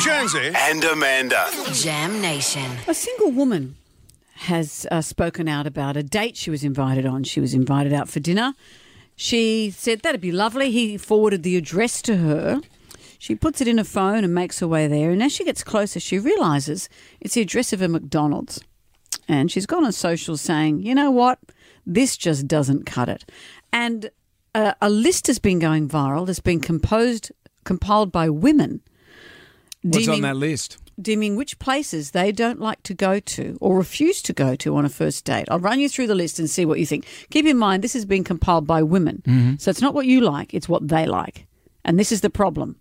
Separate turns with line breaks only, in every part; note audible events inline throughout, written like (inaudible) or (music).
Jonesy and Amanda.
Jam Nation.
A single woman has uh, spoken out about a date she was invited on. She was invited out for dinner. She said that'd be lovely. He forwarded the address to her. She puts it in her phone and makes her way there. And as she gets closer, she realizes it's the address of a McDonald's. And she's gone on social saying, you know what? This just doesn't cut it. And uh, a list has been going viral that's been composed, compiled by women.
What's on
deeming-
that list?
deeming which places they don't like to go to or refuse to go to on a first date. I'll run you through the list and see what you think. Keep in mind, this has been compiled by women. So it's not what you like, it's what they like. And this is the problem.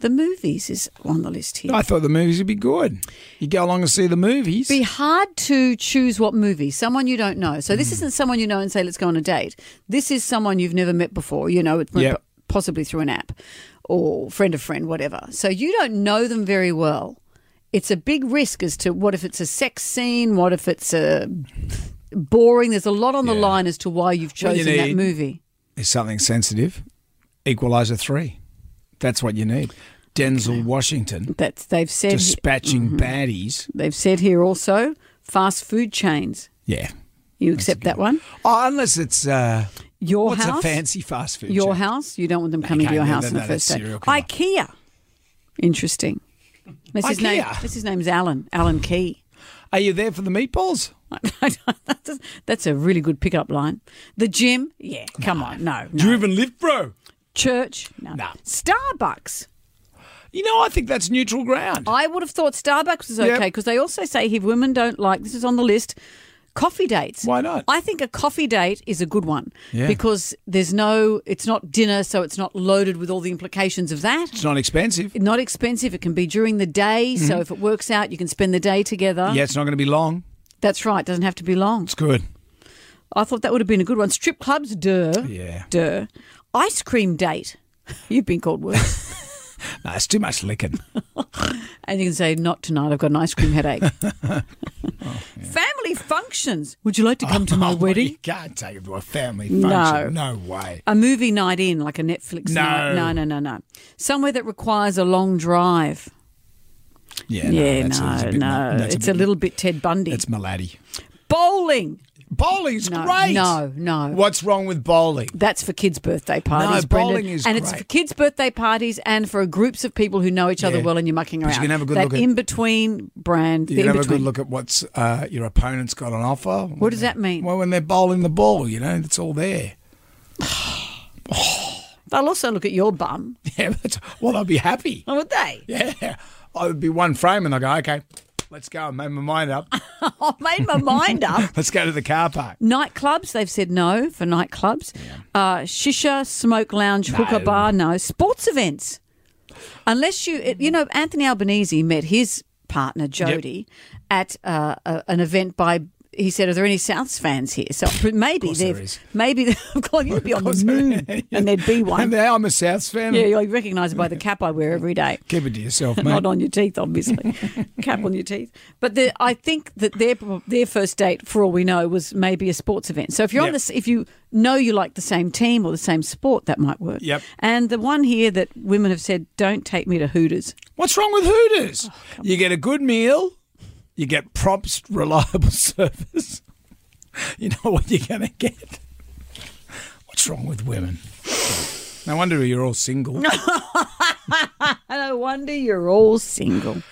The movies is on the list here.
I thought the movies would be good. You go along and see the movies.
It'd be hard to choose what movie, someone you don't know. So this
Mm.
isn't someone you know and say, let's go on a date. This is someone you've never met before, you know, it's
Yep.
possibly through an app or friend of friend, whatever. So you don't know them very well. It's a big risk as to what if it's a sex scene, what if it's a boring. There's a lot on the
Yeah.
line as to why you've
Well,
chosen
you
that
need-
movie.
It's something sensitive. Equalizer three. That's what you need. Denzel Washington
That's they've said
dispatching
Mm-hmm.
baddies.
they've said here also fast food chains.
Yeah.
You accept that one?
Oh, unless it's uh,
Your
what's
house.
a fancy fast food?
Your
chain?
house? You don't want them coming
Okay,
to your
no,
house
no,
on the
no,
first
that's
day.
serial killer.
IKEA. Interesting. That's his name.
IKEA.
That's his name's Alan. Alan Key. (laughs)
Are you there for the meatballs?
That's- That's a really good pickup line. The gym? Yeah. Come on. No. no.
Do you even live, bro?
Church? No.
Nah.
Starbucks.
You know, I think that's neutral ground.
I would have thought Starbucks was
Yep.
okay because they also say if women don't like this is on the list. Coffee dates.
Why not?
I think a coffee date is a good one
Yeah.
because there's no, it's not dinner, so it's not loaded with all the implications of that.
It's not expensive.
not expensive. It can be during the day, so if it works out, you can spend the day together.
Mm-hmm. Yeah, it's not going to be long.
That's right. Doesn't have to be long.
It's good.
I thought that would have been a good one. Strip clubs, duh.
Yeah.
Duh. Ice cream date. (laughs) You've been
(laughs)
called worse.
No, it's too much licking.
and you can say, not tonight. I've got an ice cream
(laughs)
headache.
Oh,
(laughs) Family functions. Would you like to
(laughs)
come to my wedding?
Oh, You can't take it to a family
No.
function. No, way.
A movie night in, like a Netflix
No.
night. No, no, no, no. Somewhere that requires a long drive.
Yeah,
yeah,
that's a-
no,
that's a bit-
no.
that's
It's a,
bit-
little bit Ted Bundy.
That's my laddie.
bowling.
Bowling's
No,
great.
no, no.
What's wrong with bowling?
That's for kids' birthday parties.
bowling
Brendan.
is
and it's
great.
for kids' birthday parties and for groups of people who know each other
Yeah.
well and you're mucking around.
Because you can have a good
that
look at-
in between brand.
You
the
can have
in
a good
between.
look at what's uh, your opponent's got on offer.
What does that mean?
Well, when they're bowling the ball, you know, it's all there. (laughs)
They'll also look at your bum,
Yeah, that's, well, I'd be happy.
would they?
Yeah, I would be one frame, and I go, okay, let's go. I made my mind up.
I made my mind up.
Let's go to the car park.
Nightclubs, they've said no for nightclubs. Uh, shisha, smoke lounge, hooker
No.
bar, no. Sports events. Unless you, it- you know, Anthony Albanese met his partner, Jody, at uh, a, an event by. He said, "Are there any Souths fans here?" So maybe
course there
they've, (laughs)
is.
maybe of course you'd be on the moon, and there'd be one.
(laughs) And now I'm a Souths fan.
yeah, you're recognised by the cap I wear every day.
Keep it to yourself, mate.
(laughs) Not on your teeth,
(laughs)
obviously. Cap on your teeth. But the, I think that their their first date, for all we know, was maybe a sports event. So if you're on
Yep.
this, if you know you like the same team or the same sport, that might work.
Yep.
And the one here that women have said, don't take me to Hooters.
What's wrong with Hooters? you get a good meal, you get prompt, reliable (laughs) service. You know what you're going to get. What's wrong with women? No wonder you're all single.
And no wonder you're all single.